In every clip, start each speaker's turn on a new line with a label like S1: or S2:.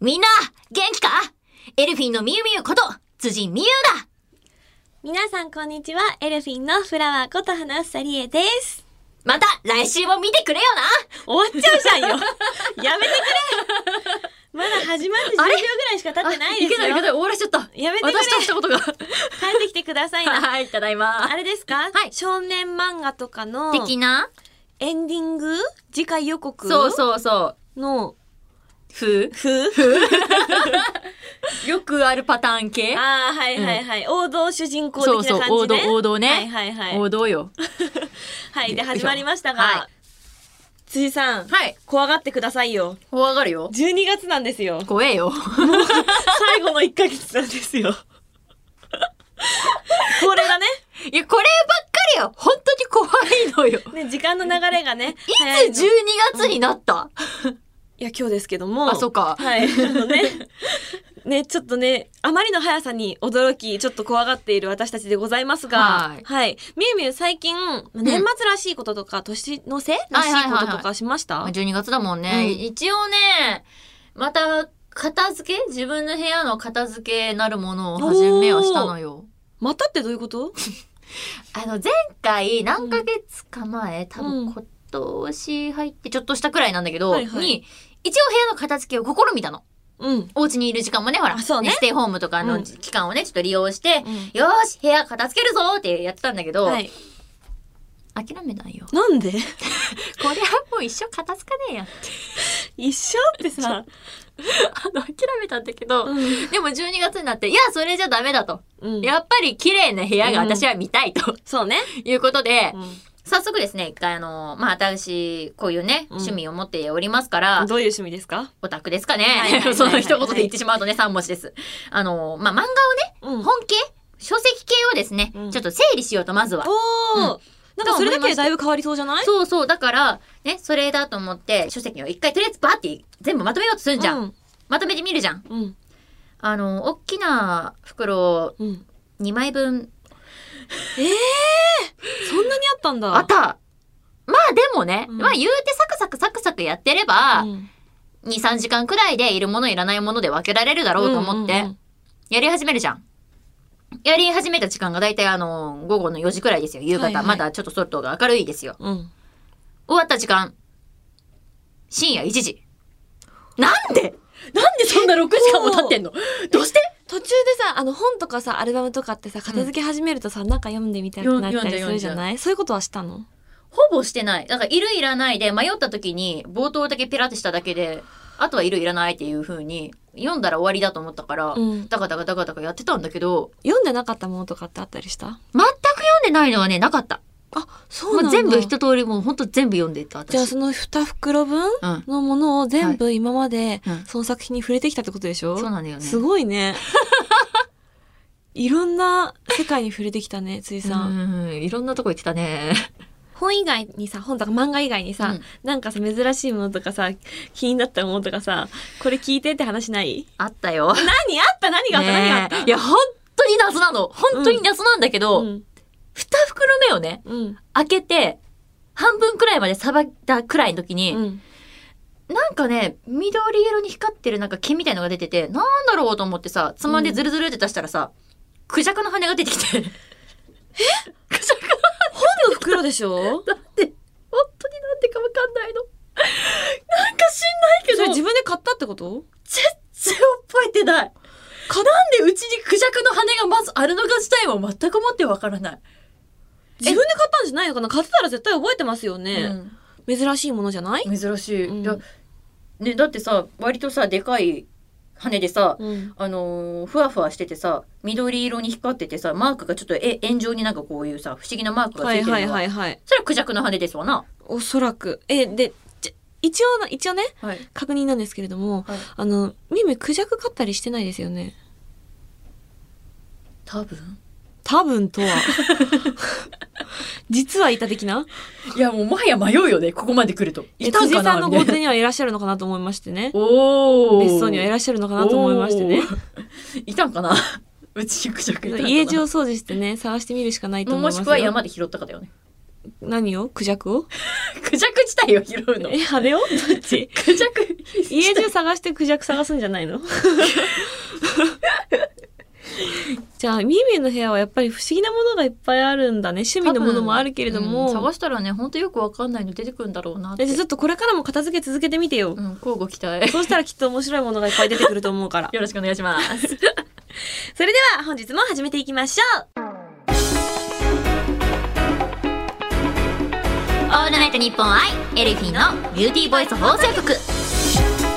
S1: みんな、元気かエルフィンのみゆみゆこと、辻みゆだ
S2: 皆さんこんにちは。エルフィンのフラワーこと花うさりえです。
S1: また来週も見てくれよ
S2: 終わっちゃうじゃん よ。やめてくれ。まだ始まって10秒
S1: あ
S2: ぐ
S1: れ
S2: らいしか経
S1: な
S2: ってないです
S1: あいけないいけな
S2: よ。
S1: い終わらしちゃった。
S2: やめてくれ
S1: 私としたことが。
S2: 帰ってきてください な。
S1: はい、ただいま
S2: あ。れですか、
S1: はい
S2: 少年漫画とかの
S1: 的な
S2: エンディング次回予告
S1: そうそうそう。
S2: の
S1: ふ
S2: 風
S1: よくあるパターン系
S2: ああ、はいはいはい。王道主人公的
S1: そう
S2: な
S1: そ
S2: 感じね
S1: う、。王道、王道
S2: はい
S1: ね。
S2: はいはい。
S1: 王道よ。
S2: はい、
S1: よ
S2: で
S1: いしょ
S2: 始まりましたが、
S1: は
S2: 辻さん、
S1: はい。
S2: 怖がってくださいよ。
S1: 怖がるよ。
S2: 12月なんですよ。
S1: 怖えよ。
S2: 最後の1ヶ月なんですよ。これがね、
S1: いや、こればっかりよ。本当に怖いのよ。
S2: ね時間の流れがね、早い
S1: い
S2: の
S1: つ12月になった、
S2: いや今日ですけども、
S1: あ、そっか。
S2: はい、あのね、ねちょっとね、あまりの速さに驚き、ちょっと怖がっている私たちでございますが、
S1: はい
S2: はい、みゆみゆ最近年末らしいこととか、年の瀬らしいこととかしました？
S1: まあ12月だもんね、
S2: うん
S1: 一応ね、また、片付け自分の部屋の片付けなるものを始めはしたのよ。
S2: またってどういうこと？
S1: あの、前回、何ヶ月か前、多
S2: う
S1: 分
S2: ん
S1: 今年入ってちょっとしたくらいなんだけど、
S2: はいはい
S1: に、一応部屋の片付けを試みたの。
S2: うん。
S1: お家にいる時間もね、ほら、
S2: あそうね
S1: ステイホームとか
S2: う
S1: の
S2: ん
S1: 期間をね、ちょっと利用して、
S2: うん
S1: よーし、部屋片付けるぞーってやってたんだけど、
S2: はい。
S1: 諦めないよ。
S2: なんで？
S1: これはもう一生片付かねえやって。
S2: 一緒って
S1: あ
S2: さ、
S1: の、諦めたんだけど、
S2: うん
S1: でも12月になって、いや、それじゃダメだと。
S2: うん
S1: やっぱり綺麗な部屋が
S2: うん
S1: 私は見たいと
S2: そうね。
S1: いうことで、
S2: う
S1: 早速ですね、一回あの、まあ、私、こういうね、
S2: うん
S1: 趣味を持っておりますから
S2: ん、どういう趣味ですか？
S1: オタクですか
S2: はいはいはいは
S1: ね。
S2: い
S1: その一言で言ってしまうとね、3文字です。あの、まあ、漫画をね、
S2: うん
S1: 本系書籍系をですね、
S2: うん
S1: ちょっと整理しようと、まずは。
S2: おお、
S1: う
S2: なんかそれだけでだいぶ変わりそうじゃない？
S1: そうそう、だから、ね、それだと思って、書籍を一回とりあえずバーって全部まとめようとするんじゃん。
S2: うん。
S1: まとめてみるじゃん。
S2: うん。
S1: あの、大きな袋
S2: うん。
S1: 2枚分
S2: そんなにあったんだ。
S1: あったまあでもね、
S2: うん
S1: まあ言うてサクサクサクサクやってれば、
S2: うん
S1: 2、3時間くらいでいるものいらないもので分けられるだろうと思っ
S2: うんうんう
S1: て
S2: ん、
S1: やり始めるじゃん。やり始めた時間がだいたいあの、午後の4時くらいですよ、夕方。
S2: はいはい
S1: まだちょっと外が明るいですよ。
S2: うん。
S1: 終わった時間、深夜1時。なんでなんでそんな6時間も経ってんのどうして
S2: 途中でさ、あの本とかさ、アルバムとかってさ、片付け始めるとさ、なんか読んでみたくなったりするじゃないそういうことはしたの
S1: ほぼしてない。なんか、いるいらないで、迷った時に、冒頭だけペラってしただけで、あとはいるいらないっていう風に、読んだら終わりだと思ったから、
S2: うん
S1: ダカダカダカダカやってたんだけど、
S2: 読んでなかったものとかってあったりした
S1: 全く読んでないのはね、なかった。
S2: あ、そ
S1: もう全部一
S2: じ
S1: 通り、もうほんと全部読んでた、私。
S2: ゃあその二袋分
S1: うん。
S2: のものを全部今まで
S1: うん、
S2: その作品に触れてきたってことでしょ
S1: そうなんだよね。
S2: すごいね。 いろんな世界に触れてきたね、ついさん。
S1: うん、いろんなとこ行ってたね。
S2: 本以外にさ、本とか漫画以外にさ、
S1: うん
S2: なんかさ、珍しいものとかさ、気になったものとかさ、これ聞いてって話ない
S1: あったよ。
S2: 何あった何があった、何があった
S1: ねえいや、ほんとに謎なの。本当に謎なんだけど、
S2: うん。
S1: 二袋目をね、
S2: うん。
S1: 開けて、半分くらいまでさばいたくらいの時に、
S2: うん。
S1: なんかね、緑色に光ってるなんか毛みたいのが出てて、なんだろうと思ってさ、つまんでズルズルって出したらさ、クジャクの羽が出てき て。えクジャク
S2: 本の袋でしょ
S1: なんで、本当になんでかわかんないの。なんか知んないけ
S2: そ
S1: ど、
S2: れ
S1: 全
S2: 自分で買ったってこと
S1: 然覚えてない。なんでうちにクジャクの羽がまずあるのか自体も全くもってわからない。
S2: 自分で買ったんじゃないのかな買ってたら絶対覚えてますよね。珍しいものじゃない
S1: うん珍しい、
S2: うん
S1: いやね、だってさ、割とさ、でかい羽でさ、
S2: うん。
S1: あのーふわふわしててさ緑色に光っててさマークがちょっとえ円状になんかこういうさ不思議なマークがつ
S2: はい
S1: て
S2: い
S1: るのは,、
S2: はいはいはい。
S1: それはクジャクの羽ですわな、
S2: おそらく。え、で、じゃ一応な、一応ね、
S1: はい、
S2: 確認なんですけれども、
S1: はい
S2: あの、みみクジャク買ったりしてないですよね。
S1: 多分
S2: 多分とは。実はいた的ない
S1: やもうもはや迷うよねここまで来ると
S2: え辻さんの豪邸にはいらっしゃるのかなと思いましてね。
S1: おお
S2: 別荘にはい
S1: ら
S2: らっしゃるのかなと思いましてね。
S1: いたんかなうちにクジャクいたんかな
S2: 家中を掃除してね、探してみるしかないと思い
S1: も
S2: ますよ。
S1: しくは山で拾ったかだよね
S2: 何をクジャクを
S1: クジャク自体を拾うの。
S2: え、あれをどっち
S1: クジャク。
S2: 家中探してクジャク探すんじゃないのじゃあ、ミーミーの部屋はやっぱり不思議なものがいっぱいあるんだね。趣味のものもあるけれども。
S1: うん探したらね、ほんとよくわかんないの出てくるんだろうなって。
S2: えじゃあちょっとこれからも片付け続けてみてよ
S1: う。ん、交互期待。
S2: そうしたらきっと面白いものがいっぱい出てくると思うから。
S1: よろしくお願いします。
S2: それでは本日も始めていきましょう。
S1: オールナイトニッポンアイエルフィンのビューティーボイス放送局。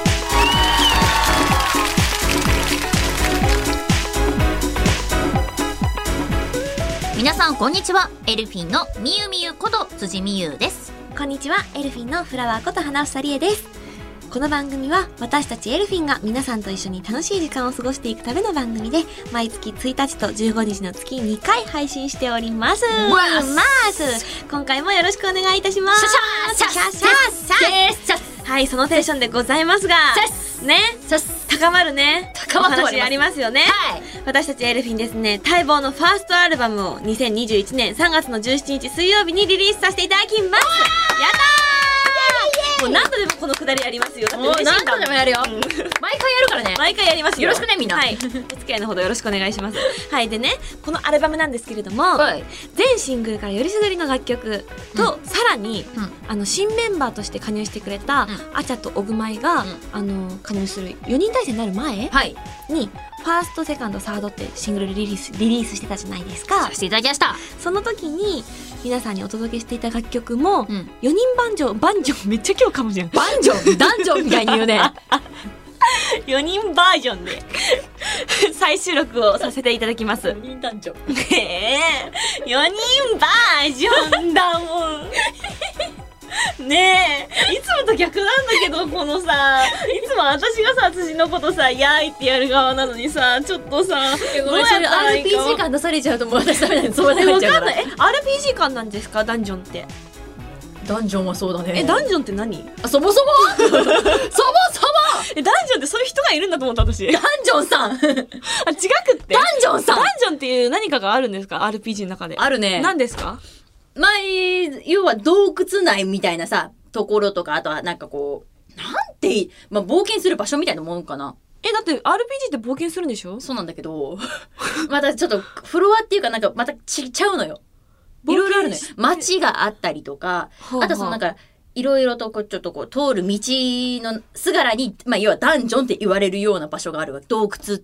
S1: 皆さんこんにちは。エルフィンのみゆみゆこと辻みゆです。
S2: こんにちは、エルフィンのフラワーこと花房理恵です。この番組は私たちエルフィンが皆さんと一緒に楽しい時間を過ごしていくための番組で毎月1日と15日の月2回配信しております。
S1: わっ
S2: ます今回もよろしくお願いいたします。
S1: シャシャシャシャシャシャシャシャシャ
S2: はい、そのテンションでございますが、ね、
S1: シャシャ
S2: 高まるね、
S1: 高まっております
S2: お話ありますよね。
S1: はい。
S2: 私たちエルフィンですね、待望のファーストアルバムを2021年3月の17日水曜日にリリースさせていただきますやったーもう何度でもこのくだりやりますよ。だって
S1: もう
S2: 嬉しい
S1: 何
S2: んだ
S1: 度
S2: もん
S1: でもやるよ。
S2: うん
S1: 毎回やるからね。
S2: 毎回やりますよ。
S1: よろしくねみんな
S2: はい。お付き合いのほどよろしくお願いします。はい。でね、このアルバムなんですけれども、
S1: はい。
S2: 全シングルからよりすぐりの楽曲と、さらに、
S1: うん
S2: あの新メンバーとして加入してくれた、
S1: う
S2: アチャとオグマイが、
S1: うん
S2: あの加入する4人体制になる前
S1: はい。
S2: にファーストセカンドサードってシングルリリースリリースしてたじゃないですか
S1: させていただきました。
S2: その時に皆さんにお届けしていた楽曲も、
S1: うん。
S2: 4人バンジョーバンジョーめっちゃ今日かもじゃん
S1: バンジョン、ダンジョンみたいに言うね。
S2: 4人バージョン で再収録をさせていただきます
S1: 人ダンジョン。
S2: ねえ4人バージョンだも んねえいつもと逆なんだけどこのさいつも私がさ辻のことさ「やーい」ってやる側なのにさちょっとさ
S1: ごめん、それ
S2: どうやったらいいか
S1: RPG 感出されちゃうともう私 ダメだね。そう
S2: え
S1: な
S2: わ
S1: っちゃ
S2: か
S1: うんか
S2: な
S1: ら。
S2: いえ RPG 感なんですかダンジョンって
S1: ダンジョンはそうだね。
S2: えダンジョンって何
S1: あそもそも そもそも
S2: えダンジョンってそういう人がいるんだと思った私
S1: ダンジョンさんダン
S2: あ違くってダン
S1: ジョンさん
S2: ジョンっていう何かがあるんですか RPG の中で
S1: あるね。
S2: 何ですか
S1: まあ、要は洞窟内みたいなさ、ところとか、あとはなんかこう、なんていい、まあ冒険する場所みたいなもんかな。
S2: えだって RPG って冒険するんでしょ
S1: そうなんだけど、 またちょっとフロアっていうかなんかまたちちゃうのよ。い
S2: 冒険
S1: ろいろあるのよ
S2: して。
S1: 街があったりとか、
S2: はあ
S1: あとそのなんか、いろいろとこうちょっとこう通る道のすがらに、まあ要はダンジョンって言われるような場所があるわ洞窟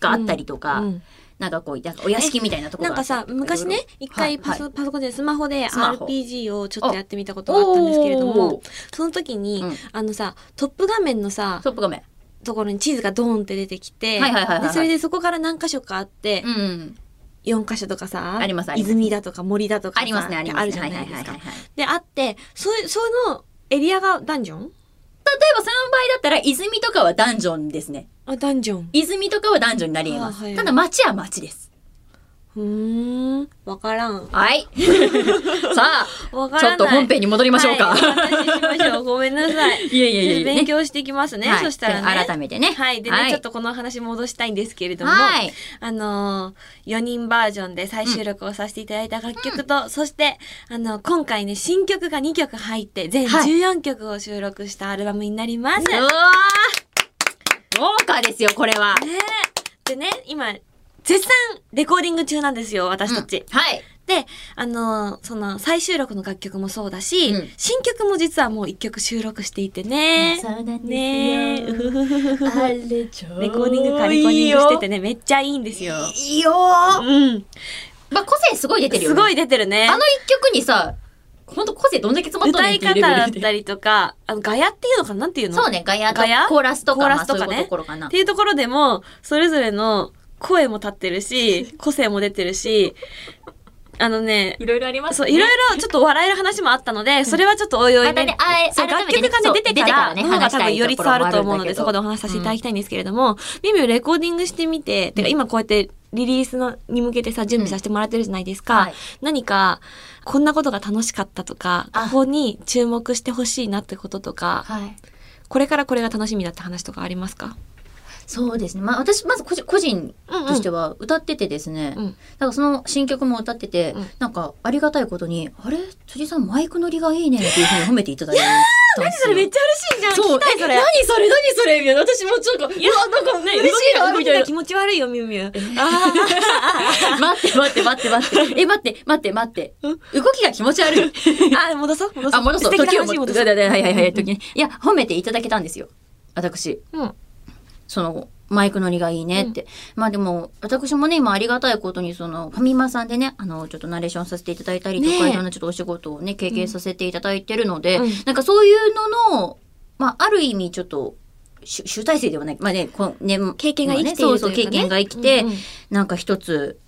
S1: があったりとか、
S2: うん
S1: なんかこう、なんかお屋敷みたいなところ
S2: なん
S1: があ
S2: か
S1: ったり
S2: さ
S1: と
S2: 昔ね一
S1: はい
S2: 回
S1: はい
S2: パソ,、パソコンでスマホで
S1: スマホ
S2: RPG をちょっとやってみたことがあったんですけれど
S1: お
S2: も
S1: ー
S2: その時に、
S1: うん
S2: あのさトップ画面のさ
S1: トップ画面。
S2: ところに地図がドーンって出てきて
S1: はいはいはいはい
S2: でそれでそこから何箇所かあって、
S1: うん。
S2: 四4箇所とかさ
S1: ありますあります
S2: 泉だとか森だとかさ
S1: ありますね、ありますね。
S2: るじゃないですか。
S1: はいはいはいはい
S2: であってそそのエリアがダンジョン
S1: 例えばその場合だったら、泉とかはダンジョンですね。
S2: あダンジョン
S1: 泉とかはダンジョンになり得ま
S2: あはい
S1: す。ただ街は街です。
S2: うーんわからん
S1: はい。 さ
S2: わか
S1: あ、ちょ
S2: らない
S1: っと本編に戻りましょうか。
S2: はい、お話ししまし ょうごめんなさい
S1: いえいえいえいえ
S2: 勉強していきますね、
S1: はい
S2: そしたらね
S1: 改めてね。
S2: はい。でね、ちょっとこの話戻したいんですけれども、
S1: はい。
S2: あのー、4人バージョンで再収録をさせていただいた楽曲と、そして、あの、今回ね、新曲が2曲入って、全
S1: はい
S2: 14曲を収録したアルバムになります。
S1: うわー豪華ですよ、これは。
S2: ねでね、今、絶賛レコーディング中なんですよ、私たち。
S1: うんはい。
S2: で、あのー、その、再収録の楽曲もそうだし、
S1: うん
S2: 新曲も実はもう1曲収録していてね。
S1: うなん
S2: ねえ、うふふふふ
S1: あれちょ
S2: レコーディングかレコーディングしててね、めっちゃいいんですよ。
S1: いいよー
S2: うん。
S1: まあ、個性すごい出てるよ
S2: す
S1: ね。
S2: ごい出てるね
S1: あ。の一曲にさ、ほんと個性どんだけ詰まっとん
S2: 歌
S1: ねんっ
S2: い
S1: ていうレ
S2: 方
S1: ベ
S2: だっ
S1: ルで。
S2: たりとか、あの、ガヤっていうのかななんていうの
S1: そうね、ガヤと
S2: ガヤ
S1: コーラスとか、
S2: コーラスと
S1: ま
S2: かね
S1: あそういうところかな
S2: っ。ていうところでも、それぞれの声も立ってる し、個性も出てるし、あのね、
S1: いろいろありま
S2: そう、いろいろちょっと笑える話もああったので、それはちょっとおいおい、
S1: またねあえ
S2: そう
S1: 改
S2: 楽
S1: めてね
S2: 曲が
S1: そう
S2: ね、出て
S1: 出
S2: か
S1: てから
S2: ら、
S1: ね
S2: の方が多
S1: 話
S2: 分
S1: した
S2: よ
S1: い
S2: り
S1: とこ
S2: 伝
S1: ろもあ
S2: わ
S1: るんだけど
S2: ると思うので、そこでお話しさせていただきたいんですけれども、ミミをレコーディングしてみて、てか今こうやってリリースのに向けてさ、準備させてもらってるじゃないですか。
S1: はい
S2: 何か、こんなことが楽しかったとか、
S1: あ
S2: ここに注目してほしいなってこととか、
S1: はい。
S2: これからこれが楽しみだって話とかありますか
S1: そうですね。まあ私、まず個人個人
S2: うん
S1: としては歌っててですね、
S2: うん
S1: なんかその新曲も歌ってて、
S2: うん
S1: なんかありがたいことに、あれ辻さんマイク乗りがいいねっていうふうに褒めていただいたんですよ。
S2: ちゃ嬉しいじゃ
S1: そう、
S2: 聞きたいそれ
S1: え何それ何それみたいな。私もちょっと、いや、なんかね、
S2: 嬉しい
S1: 動き
S2: よ
S1: が
S2: み
S1: みた
S2: たい
S1: い
S2: な
S1: な
S2: 気。持ち悪いよミュウミュウあ
S1: 待って待って待って待って。え、待って待って待って。動きが気持ち悪い。
S2: ー戻そう戻そう
S1: あ、戻そう。
S2: 素敵
S1: 時
S2: な
S1: を
S2: 話
S1: 戻
S2: に
S1: そ。
S2: 戻そうう
S1: だだだはいはいはい。時に。いや、褒めていただけたんですよ。私。
S2: うん
S1: そのマイク乗りがいいねって。まあでも、私もね、今ありがたいことに、その、ファミマさんでね、あの、ちょっとナレーションさせていただいたりとか、
S2: ねえ
S1: いろんなちょっとお仕事をね、経験させていただいてるので、
S2: うん
S1: なんかそういうのの、まあ、ある意味ちょっと、集集大成ではない。まあね、この年
S2: 経験が生きてい
S1: そう
S2: る
S1: そ、
S2: といううかね
S1: 経験が生きて、
S2: うんうん
S1: なんか一つ、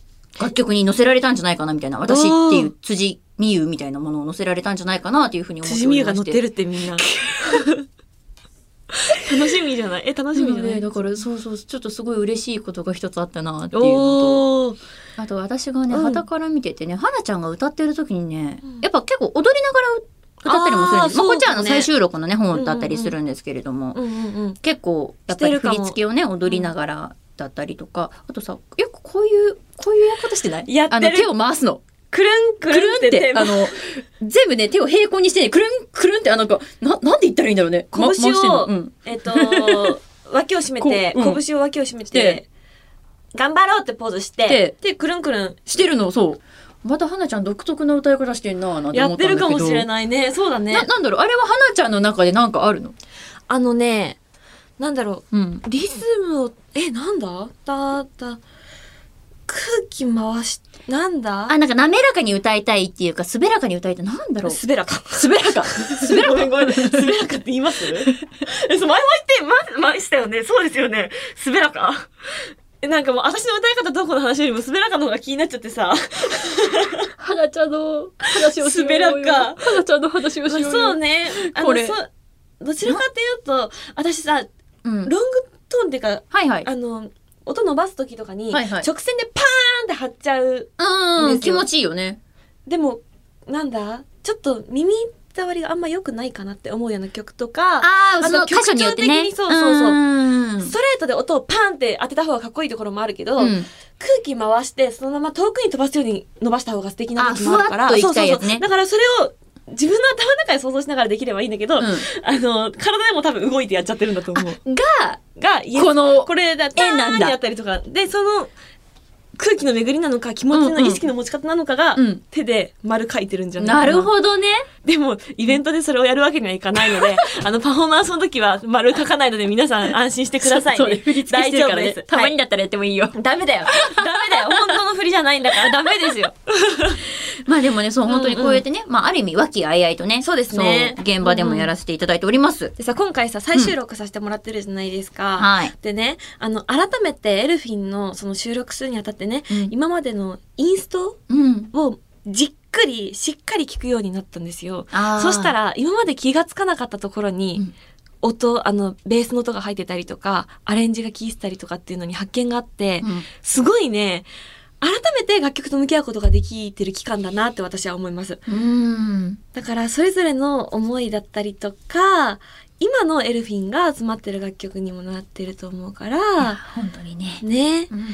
S1: 楽曲に載せられたんじゃないかな、みたいな。私っていう辻美優みたいなものを載せられたんじゃないかな、というふうに思っておりまして。
S2: 辻美優が乗ってるってみんな楽しみじゃないえ楽しみじゃない
S1: だから、そうそう、ちょっとすごい嬉しいことが一つあったな、っていうのと。
S2: おー
S1: あと私がね、
S2: うん
S1: 肌から見ててね、花ちゃんが歌ってる時にね、
S2: うん
S1: やっぱ結構踊りながらう歌ったりもするんです。
S2: あ
S1: ま
S2: ー
S1: あ、こっちはあ
S2: そ
S1: の
S2: うだね
S1: 再収録のね、本を歌ったりするんですけれども、
S2: うんうんうん
S1: 結構やっぱり振り付けをね、
S2: も
S1: 踊りながらだったりとか、あとさ、よくこういう、こういうやり方してない
S2: やってる
S1: あの手を回すの。
S2: くるんく
S1: くるん
S2: るん
S1: っ、
S2: ってて手
S1: あ
S2: 回
S1: の、全部ね、手を平行にしてね、くるん、くるんって、あの、なんかな、なんて言ったらいいんだろうね。ま
S2: 拳
S1: 回
S2: を
S1: してんのうん
S2: えっと 脇を締めて、
S1: こううん
S2: 拳を脇を締めて
S1: で
S2: 頑張ろうってポーズして
S1: で
S2: でくるんくるん
S1: してるの、そう。また花ちゃん独特な歌い方してんなぁなんて
S2: や
S1: 思っ
S2: っ
S1: た
S2: て
S1: んだ
S2: る
S1: けど。
S2: かもしれないねそうだね
S1: ななんだろうあれは花ちゃんの中でなんかあるの
S2: あのねなんだろう
S1: うん。
S2: リズムを、え、なんだだ、だ、空気回し、なんだ
S1: あ、なんか滑らかに歌いたいっていうか、滑らかに歌いたい。なんだろう。
S2: 滑らか。
S1: 滑らか。滑らか。
S2: ごめんごめん。滑らかって言います え、そう前も言って、ま、ましたよね。そうですよね。滑らか。え、なんかもう私の歌い方どうこうの話よりも滑らかの方が気になっちゃってさ。
S1: 花ちゃんの話
S2: をしようよ滑らか
S1: 花ちゃんの話を
S2: そうね。あの、
S1: これ
S2: そう、どちらかっていうと、私さ、ロ
S1: うん
S2: ングトーンっていうか、
S1: はいはい。
S2: あの、音伸ばす時とかに、
S1: は
S2: 直
S1: い
S2: 線
S1: はい
S2: でパーンって張っちゃう
S1: う
S2: で
S1: ん。
S2: す
S1: 気
S2: よ
S1: 持ちいいよね。
S2: でもなんだちょっと耳障りがあんま良くないかなって思うような曲とか
S1: あ
S2: あ
S1: あ、その
S2: と曲
S1: 箇所
S2: 調
S1: によってね。
S2: 的にそうそうそう
S1: うん
S2: ストレートで音をパンって当てた方がかっこいいところもあるけど、
S1: うん。
S2: 空気回してそのまま遠くに飛ばすように伸ばした方が素敵な時もあるから
S1: あふわっというき
S2: そそ
S1: た
S2: う
S1: い
S2: そ
S1: や
S2: う
S1: つね
S2: だからそれを自分の頭の中で想像しながらできればいいんだけど、
S1: うん
S2: あの体でも多分動いてやっちゃってるんだと思う。
S1: が、
S2: がイエス
S1: この、
S2: これだパ
S1: 絵なんだ
S2: ーンってやったりとかでその空気の巡りなのか気持ち
S1: うん
S2: の
S1: うん
S2: 意識の持ち方なのかが、
S1: うん
S2: 手で丸書いてるんじゃないかな。
S1: なるほどね。
S2: でも、イベントでそれをやるわけにはいかないので、あの、パフォーマンスの時は丸書かないので皆さん安心してくださ い、
S1: そうね。振り付けしてるからね。たまに
S2: だ、
S1: だったらやってもいいよ。
S2: はいダメだよ。ダメだよ。本当の振りじゃないんだからダメですよ。
S1: まあでもね、そう、本当にこうやってね、まあある意味、和気あいあいとね、
S2: そうですね
S1: そう現場でもやらせていただいております。
S2: でさ、今回さ、再収録させてもらってるじゃないですか。
S1: はい。
S2: でね、あの、改めてエルフィンのその収録するにあたってね、
S1: うん
S2: 今までのインスト
S1: うん。
S2: をじっくり、しっかり聞くようになったんですよ。
S1: あー
S2: そした、ら、今まで気がつかなかったところに、
S1: うん
S2: 音、あの、ベースの音が入ってたりとか、アレンジが効いてたりとかっていうのに発見があって、
S1: うん
S2: すごいね、改めて楽曲と向き合うことができてる期間だなって私は思います。
S1: うん。
S2: だから、それぞれの思いだったりとか、今のエルフィンが集まってる楽曲にもなってると思うから、
S1: 本当にね。
S2: ね、
S1: うん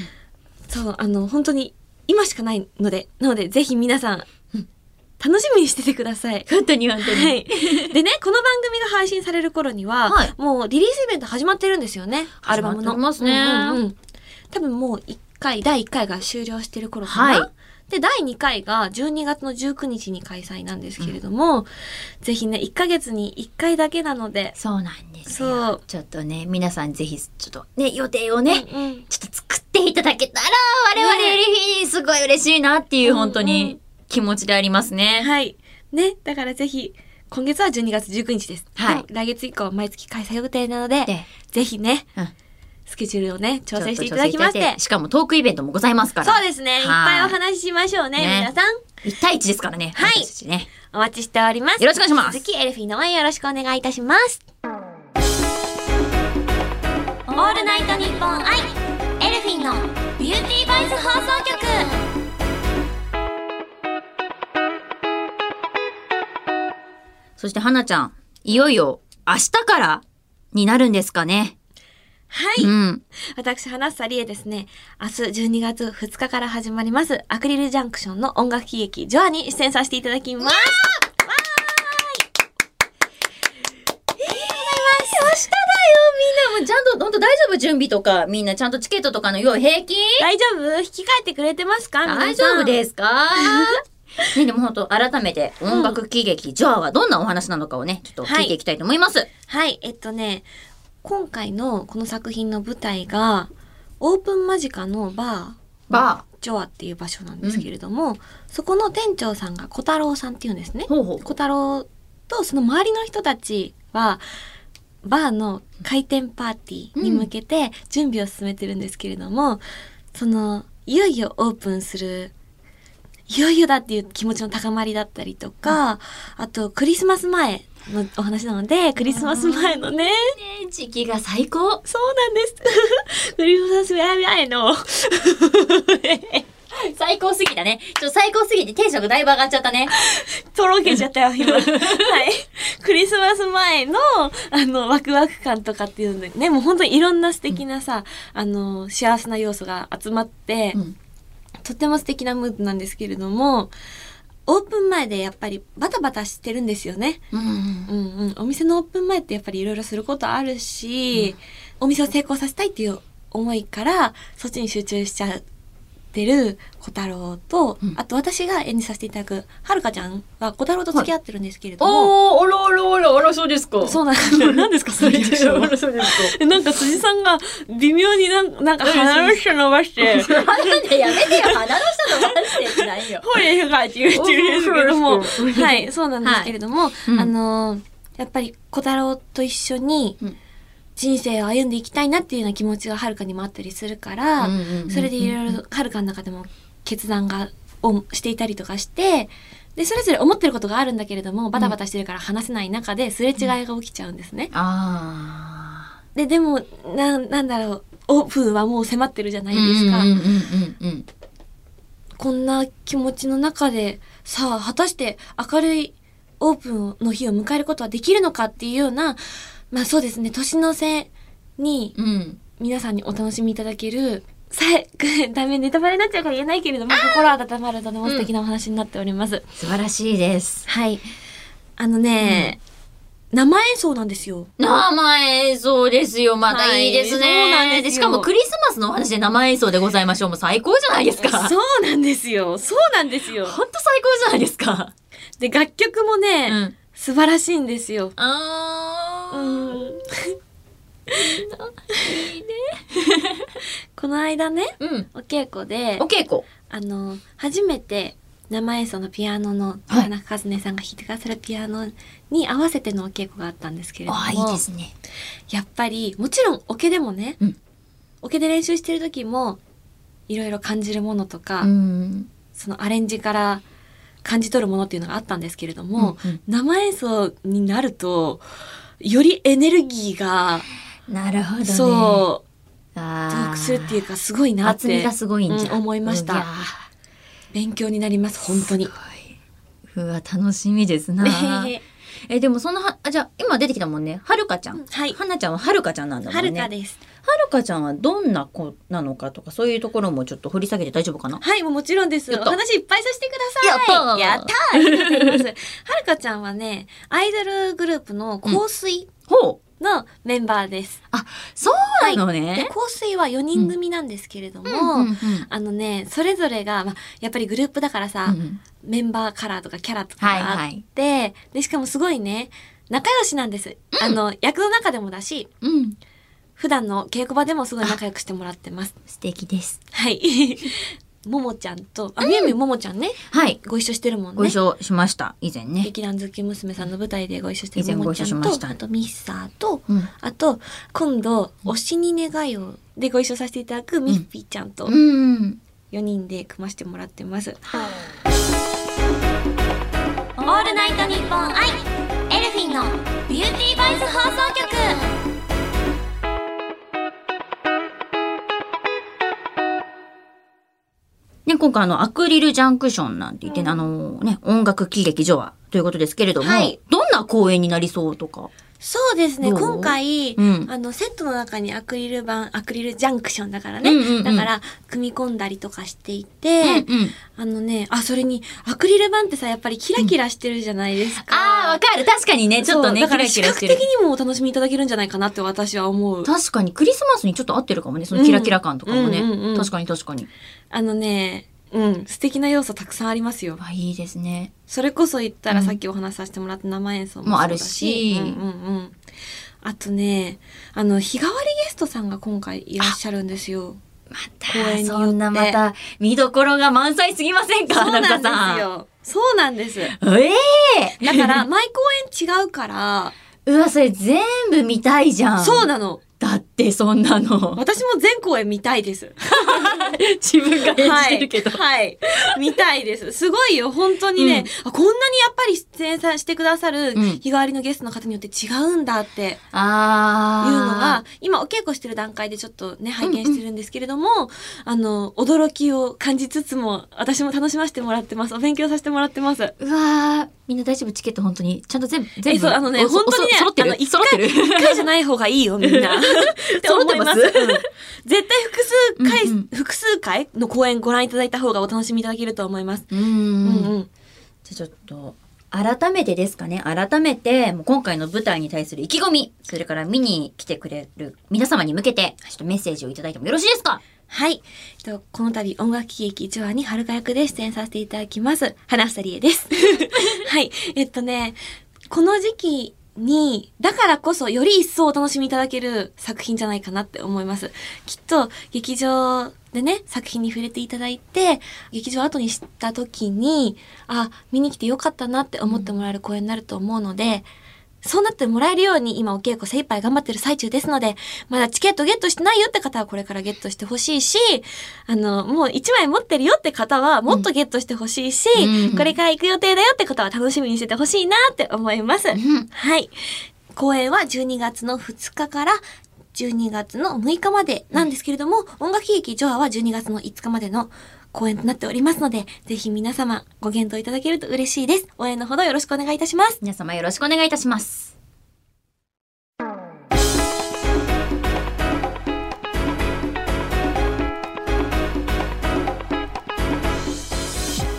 S2: そう、あの、本当に今しかないので、なので、ぜひ皆さん
S1: うん、
S2: 楽しみにしててください。
S1: 本当に本当に。
S2: はい。でね、この番組が配信される頃には、
S1: はい
S2: もうリリースイベント始まってるんですよね。アルバムの。
S1: 始まってますね
S2: うんうんうん多分もう1回、第1回が終了してる頃かな。
S1: はい
S2: で、第2回が12月の19日に開催なんですけれども、ぜひね、1ヶ月に1回だけなので、
S1: そうなんですよ。
S2: そう
S1: ちょっとね、皆さんぜひ、ちょっとね、予定をね、
S2: うんうん
S1: ちょっと作っていただけたら、我々
S2: ね
S1: エルフィーにすごい嬉しいなっていう、
S2: うんうん
S1: 本当に気持ちでありますね。
S2: はい。ね、だからぜひ、今月は12月19日です。
S1: はい
S2: 来月以降は毎月開催予定なので、
S1: で、
S2: ぜひね、
S1: うん
S2: スケジュールをね、調整してい
S1: ち
S2: た
S1: ょっと
S2: だきまし
S1: 調整いただ
S2: て
S1: い、しかもトークイベントもございますから。
S2: そうですね。いっぱいお話ししましょうね、
S1: はい
S2: 皆さん。
S1: 一対一ですからね。
S2: はい
S1: 私たちね。
S2: お待ちしております。
S1: よろしくお願いします
S2: 続き、エルフィーの応援よろしくお願いいたします。オールナイトニッポンアイエルフィーのビューティーバイス放送局
S1: そして、花ちゃん、いよいよ、明日からになるんですかね。
S2: はい。
S1: うん。
S2: 私、花さりえですね、明日12月2日から始まります、アクリルジャンクションの音楽喜劇、ジョアに出演させていただきます。わ
S1: 明日だよ、みんな。もうちゃんと、本当大丈夫準備とか、みんなちゃんとチケットとかの用意平気
S2: 大丈夫引き換えてくれてますか。
S1: 大丈夫ですすかね、でも本当改めて、音楽喜劇、ジョアはどんなお話なのかをね、ちょっと聞いていきたいと思います。
S2: はい、えっとね、今回のこの作品の舞台が、オープン間近のバー、
S1: バ
S2: ジョアっていう場所なんですけれども、そこの店長さんが小太郎さんっていうんですね。
S1: ほうほう。
S2: 小太郎とその周りの人たちはバーの開店パーティーに向けて準備を進めてるんですけれども、そのいよいよオープンするいよいよだっていう気持ちの高まりだったりとか、あとクリスマス前のお話なのでクリスマス前のね
S1: ね、時期が最高。
S2: そうなんです クリスマス前の
S1: 最高すぎたね。ちょっと最高すぎてテンションがだいぶ上がっちゃったね。
S2: とろけちゃったよ、今。はい。クリスマス前の、あの、ワクワク感とかっていうので、ね、もう本当にいろんな素敵なさ、あの、幸せな要素が集まって、
S1: うん。
S2: とっても素敵なムードなんですけれども、オープン前でやっぱりバタバタしてるんですよね。
S1: うん。
S2: うんうん、お店のオープン前ってやっぱりいろいろすることあるし、お店を成功させたいっていう思いからそっちに集中しちゃってる小太郎と、
S1: うん
S2: あと私が演じさせていただくはるかちゃんは小太郎と付き合ってるんですけれども、
S1: おー、おらおらおら、おらそうですか。
S2: そうなんです 何ですかそれリアクシ ョンは
S1: そうです
S2: えなんか辻さんが微妙になんなんか鼻の下伸ば して
S1: か。なんでやめてよ、鼻の下伸ばしてってないよ。
S2: 声がって言ってるんですけども、はい、そうなんですけれども、
S1: いうん
S2: あのーやっぱり小太郎と一緒に
S1: うん
S2: 人生を歩んでいきたいなっていうような気持ちがはるかにもあったりするから、
S1: うんうんうんうん
S2: それでいろいろはるかの中でも決断がをしていたりとかして、で、それぞれ思ってることがあるんだけれども、バタバタしてるから話せない中ですれ違いが起きちゃうんですね。
S1: あ
S2: で、でも、なん、なんだろう、オープンはもう迫ってるじゃな
S1: ー。
S2: いですか。
S1: うんうんうんうんうん。
S2: こんな気持ちの中でさあ果たして明るいオープンの日を迎えることはできるのかっていうようなまあそうですね年の瀬に
S1: うん。
S2: 皆さんにお楽しみいただけるさえ ダメネタバレになっちゃうから言えないけれども心温まるとても素敵なお話になっております、
S1: 素晴らしいです。
S2: はいあのね、生演奏なんですよ
S1: 生演奏ですよ。また
S2: はい
S1: いいですね。
S2: そうなんですよ
S1: しかもクリスマスのお話で生演奏でございましょう。もう最高じゃないですか。
S2: そうなんですよそうなんですよ
S1: ほんと最高じゃないですか。
S2: で楽曲もね、
S1: うん。
S2: 素晴らしいんですよ
S1: あー。
S2: この間ね
S1: うん。
S2: お稽古で
S1: お稽古。
S2: あの初めて生演奏のピアノの
S1: はい
S2: 田中和音さんが弾いてくださるピアノに合わせてのお稽古があったんですけれども
S1: あー、いいですね。
S2: やっぱりもちろんオケでもね、
S1: うん
S2: オケで練習してる時もいろいろ感じるものとか、
S1: ん。
S2: そのアレンジから感じ取るものっていうのがあったんですけれども、
S1: うんうん
S2: 生演奏になるとよりエネルギーが、
S1: なるほどね。
S2: そう
S1: う。あー
S2: トークするっていうかすごいなっ
S1: 厚み
S2: て
S1: がすごいんじゃん。
S2: うん思いました
S1: うんや
S2: 勉強になります本当に。
S1: ー。すごい。うわ、楽しみです な
S2: ね
S1: え、でもそのは、あ、じゃあ、今出てきたもんね。はるかちゃん。
S2: はい
S1: はなちゃんははるかちゃんなんだも
S2: は
S1: んね。
S2: るかです
S1: はるかちゃんはどんな子なのかとかそういうところもちょっと掘り下げて大丈夫かな
S2: はい、もうもちろんです。
S1: や
S2: お
S1: った
S2: 話いっぱいさせてください。
S1: やった
S2: ーありがとうございます。 はるかちゃんはね、アイドルグループの香水
S1: ほう
S2: のメンバーです。
S1: そうなの
S2: で、
S1: ね、
S2: 香水は4人組なんですけれども、
S1: うんうん
S2: あのね、それぞれが、まあ、やっぱりグループだからさ、
S1: うん
S2: メンバーカラーとかキャラとかがあって、で、しかもすごいね、仲良しなんです。あの、役の中でもだし、
S1: うん
S2: 普段の稽古場でもすごい仲良くしてもらってます。
S1: 素敵です
S2: はい。 ももちゃんと、あ、みゆみゆももちゃんね、
S1: はい
S2: ご一緒してるもんね。
S1: ご一緒しました以前ね
S2: 劇団好き娘さんの舞台でご一緒して
S1: 以前
S2: るももちゃん
S1: ご一緒しま
S2: と
S1: した
S2: あとミッサーと
S1: うん
S2: あと今度「推しに願いを」でご一緒させていただくミッフィーちゃんと
S1: うん
S2: 4人で組ましてもらってます。
S1: オールナイトニッポンアイエルフィンのビューティーバイス放送局ね、今回あの、アクリルジャンクションなんて言ってね、あのね、音楽喜劇ジョアということですけれども、
S2: はい
S1: どんな公演になりそうとか。
S2: そうですね、
S1: どう
S2: 今回、
S1: うん
S2: あの、セットの中にアクリル板、アクリルジャンクションだからね。
S1: うんうんうん
S2: だから、組み込んだりとかしていて、
S1: うんうん
S2: あのね、あ、それに、アクリル板ってさ、やっぱりキラキラしてるじゃないですか。
S1: あー、わかる。確かにね、ちょっとね、
S2: そ
S1: キ
S2: うだから
S1: ラキラして
S2: 視
S1: る
S2: 覚。的にもお楽しみいただけるんじゃないかなって私は思う。
S1: 確かに、クリスマスにちょっと合ってるかもね、そのキラキラ感とかもね。
S2: うんうんうんうん
S1: 確かに確かに。
S2: あのね、うん、素敵な要素たくさんありますよ。
S1: あ、いいですね。
S2: それこそ言った
S1: う
S2: ら
S1: ん
S2: さっきお話しさせてもらった生演奏も
S1: も
S2: そう
S1: あ
S2: だ
S1: る
S2: し
S1: し
S2: うんうんうん、あとねあの日替わりゲストさんが今回いらっしゃるんですよ。
S1: ま
S2: 公園によ
S1: た、
S2: って
S1: そんなまた、見どころが満載すぎませんか
S2: そうなん
S1: 田中
S2: ですよ。そうなんです。
S1: さん。ええ
S2: だから、毎公演違うから、
S1: うわ、それ全部見たいじゃん。
S2: そうなの。
S1: だって、そんなの。
S2: 私も全公演見たい です。
S1: 自分が演じてるけど。
S2: はい。はい。見たいです。すごいよ。本当にね、あこんなにやっぱり出演さしてくださる
S1: うん
S2: 日替わりのゲストの方によって違うんだっていう
S1: あー。
S2: のが、今お稽古してる段階でちょっとね、拝見してるんですけれども、あの、驚きを感じつつも、私も楽しませてもらってます。お勉強させてもらってます。
S1: うわー、みんな大丈夫チケット本当に。ちゃんと全部、全
S2: え、
S1: 部。
S2: そう、あのね、
S1: おそ
S2: 本当にね
S1: おそ、揃って
S2: あの、
S1: る。
S2: 一
S1: 揃ってる。
S2: 回、一 回じゃない方がいいよ、みんな。 って思います。
S1: 揃
S2: うん
S1: って
S2: 絶対複数回、
S1: うんうん
S2: 複数回の公演ご覧いただいた方がお楽しみいただけると思います。
S1: う
S2: うん
S1: ん
S2: うん。
S1: じゃあちょっと、改めてですかね。改めて、もう今回の舞台に対する意気込み、それから見に来てくれる皆様に向けて、ちょっとメッセージをいただいてもよろしいですか
S2: はい。えっと、この度音楽喜劇1話に春香役で出演させていただきます。花房理恵です。はい。えっとね、この時期に、だからこそより一層お楽しみいただける作品じゃないかなって思います。きっと劇場でね、作品に触れていただいて、劇場後に知った時に、あ、見に来てよかったなって思ってもらえる公演になると思うので、そうなってもらえるように今お稽古精一杯頑張ってる最中ですので、まだチケットゲットしてないよって方はこれからゲットしてほしいし、あの、もう1枚持ってるよって方はもっとゲットしてほしいし、
S1: うん
S2: これから行く予定だよって方は楽しみにしててほしいなって思います。
S1: ん
S2: はい。公演は12月の2日から12月の6日までなんですけれども、音楽劇ジョアは12月の5日までの公演となっておりますので、ぜひ皆様ご検討いただけると嬉しいです。応援のほどよろしくお願いいたします。
S1: 皆様よろしくお願いいたします。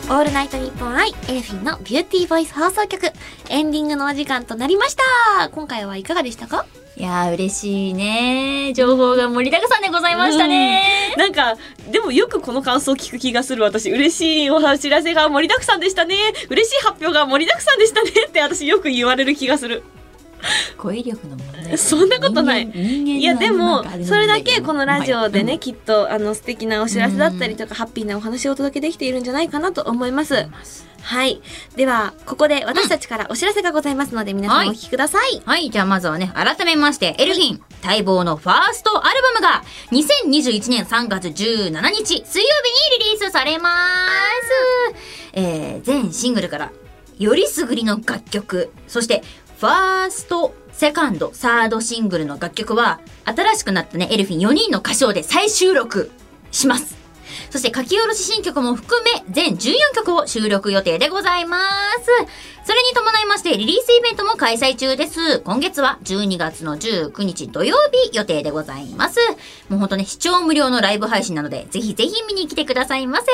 S2: オールナイトニッポンアイエルフィンのビューティーボイス放送局エンディングのお時間となりました今回はいかがでしたか
S1: いやー、嬉しいね。情報が盛りだくさんでございましたね。
S2: なんかでもよくこの感想を聞く気がする私嬉しいお知らせが盛りだくさんでしたね嬉しい発表が盛りだくさんでしたねって私よく言われる気がする
S1: 語彙力の問題。
S2: そんなことない
S1: 人間人間の
S2: いやで
S1: なん
S2: も
S1: かあれの
S2: それ
S1: 問
S2: だ
S1: 題
S2: けこのラジオでね、
S1: うん
S2: きっとあの素敵なお知らせだったりとか、ハッピーなお話をお届けできているんじゃないかなと思います、はいではここで私たちからお知らせがございますので皆さんお聞きください
S1: はい、じゃあまずはね、改めまして、エルフィン、待望のファーストアルバムが、2021年3月17日、水曜日にリリースされます。えー、全シングルから、よりすぐりの楽曲、そして、ファースト、セカンド、サードシングルの楽曲は、新しくなったね、エルフィン4人の歌唱で再収録します。そして書き下ろし新曲も含め全14曲を収録予定でございます。それに伴いましてリリースイベントも開催中です。今月は12月の19日土曜日予定でございます。もうほんとね、視聴無料のライブ配信なので、ぜひぜひ見に来てくださいませ。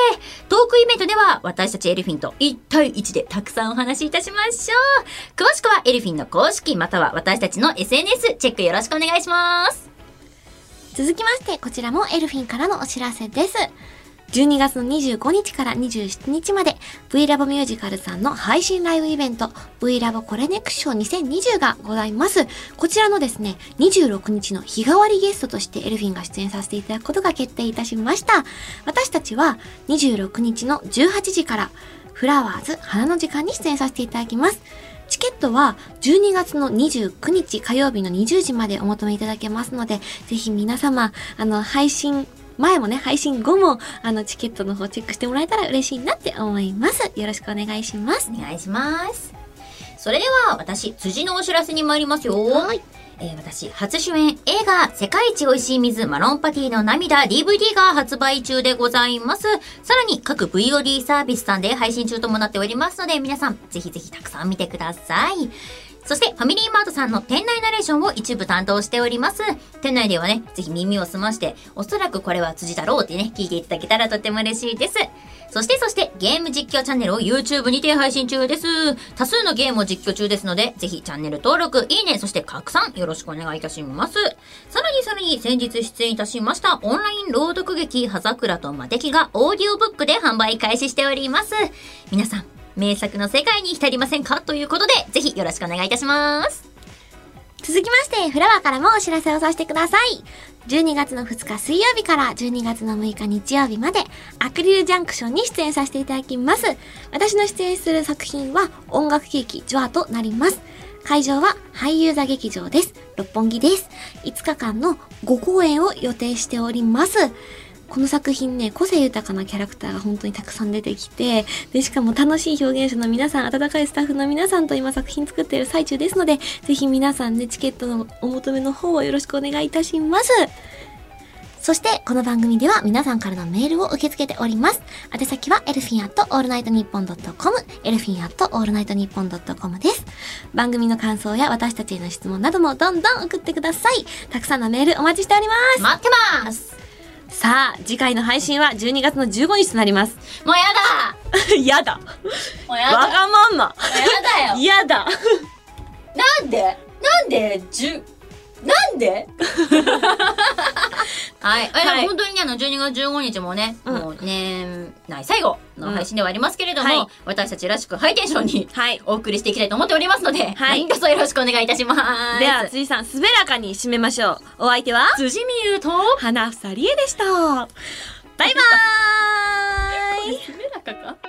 S1: トークイベントでは私たちエルフィンと1対1でたくさんお話しいたしましょう。詳しくはエルフィンの公式または私たちの SNS チェックよろしくお願いします。
S2: 続きまして、こちらもエルフィンからのお知らせです。12月の25日から27日まで V ラボミュージカルさんの配信ライブイベント V ラボコレネクション2020がございます。こちらのですね、26日の日替わりゲストとしてエルフィンが出演させていただくことが決定いたしました。私たちは26日の18時からフラワーズ花の時間に出演させていただきます。チケットは12月の29日火曜日の20時までお求めいただけますので、ぜひ皆様、あの、配信、前もね、配信後も、あの、チケットの方チェックしてもらえたら嬉しいなって思います。よろしくお願いします。
S1: お願いします。それでは私、辻のお知らせに参りますよ。
S2: い。
S1: えー私、初主演映画、世界一美味しい水、マロンパティの涙、DVD が発売中でございます。さらに、各 VOD サービスさんで配信中ともなっておりますので、皆さん、ぜひぜひたくさん見てください。そして、ファミリーマートさんの店内ナレーションを一部担当しております。店内ではね、ぜひ耳を澄まして、おそらくこれは辻だろうってね、聞いていただけたらとても嬉しいです。そして、そして、ゲーム実況チャンネルを YouTube にて配信中です。多数のゲームを実況中ですので、ぜひチャンネル登録、いいね、そして拡散、よろしくお願いいたします。さらにさらに、先日出演いたしました、オンライン朗読劇、葉桜と魔敵がオーディオブックで販売開始しております。皆さん、名作の世界に浸りませんかということで、ぜひよろしくお願いいたします。
S2: 続きまして、フラワーからもお知らせをさせてください。12月の2日水曜日から12月の6日日曜日まで、アクリルジャンクションに出演させていただきます。私の出演する作品は、音楽劇ジョアとなります。会場は俳優座劇場です。六本木です。5日間の5公演を予定しております。この作品ね、個性豊かなキャラクターが本当にたくさん出てきて、で、しかも楽しい表現者の皆さん、温かいスタッフの皆さんと今作品作っている最中ですので、ぜひ皆さんね、チケットのお求めの方をよろしくお願いいたします。そして、この番組では皆さんからのメールを受け付けております。宛先は、エルフィンアットオールナイトニッポンドットコム、エルフィンアットオールナイトニッポンドットコムです。番組の感想や私たちへの質問などもどんどん送ってください。たくさんのメールお待ちしております。
S1: 待ってます
S2: さあ、次回の配信は12月の15日とな ります。
S1: もうやだ
S2: やだ。
S1: もうや
S2: わ
S1: だも
S2: がまんま。
S1: うやだよ
S2: やだ。
S1: なんでなんでじゅなんではい。あ、でも
S2: はい
S1: 本当にね、あの、12月15日もね、
S2: うん
S1: もう年内最後の配信ではありますけれども、
S2: うんはい
S1: 私たちらしくハイテンションに
S2: はい。
S1: お送りしていきたいと思っておりますので、
S2: はい
S1: 何卒よろしくお願いいたします。
S2: では、辻さん、すべらかに締めましょう。お相手は、
S1: 辻美優 と、
S2: 花房理恵でした。バイバーイ
S1: 滑らかか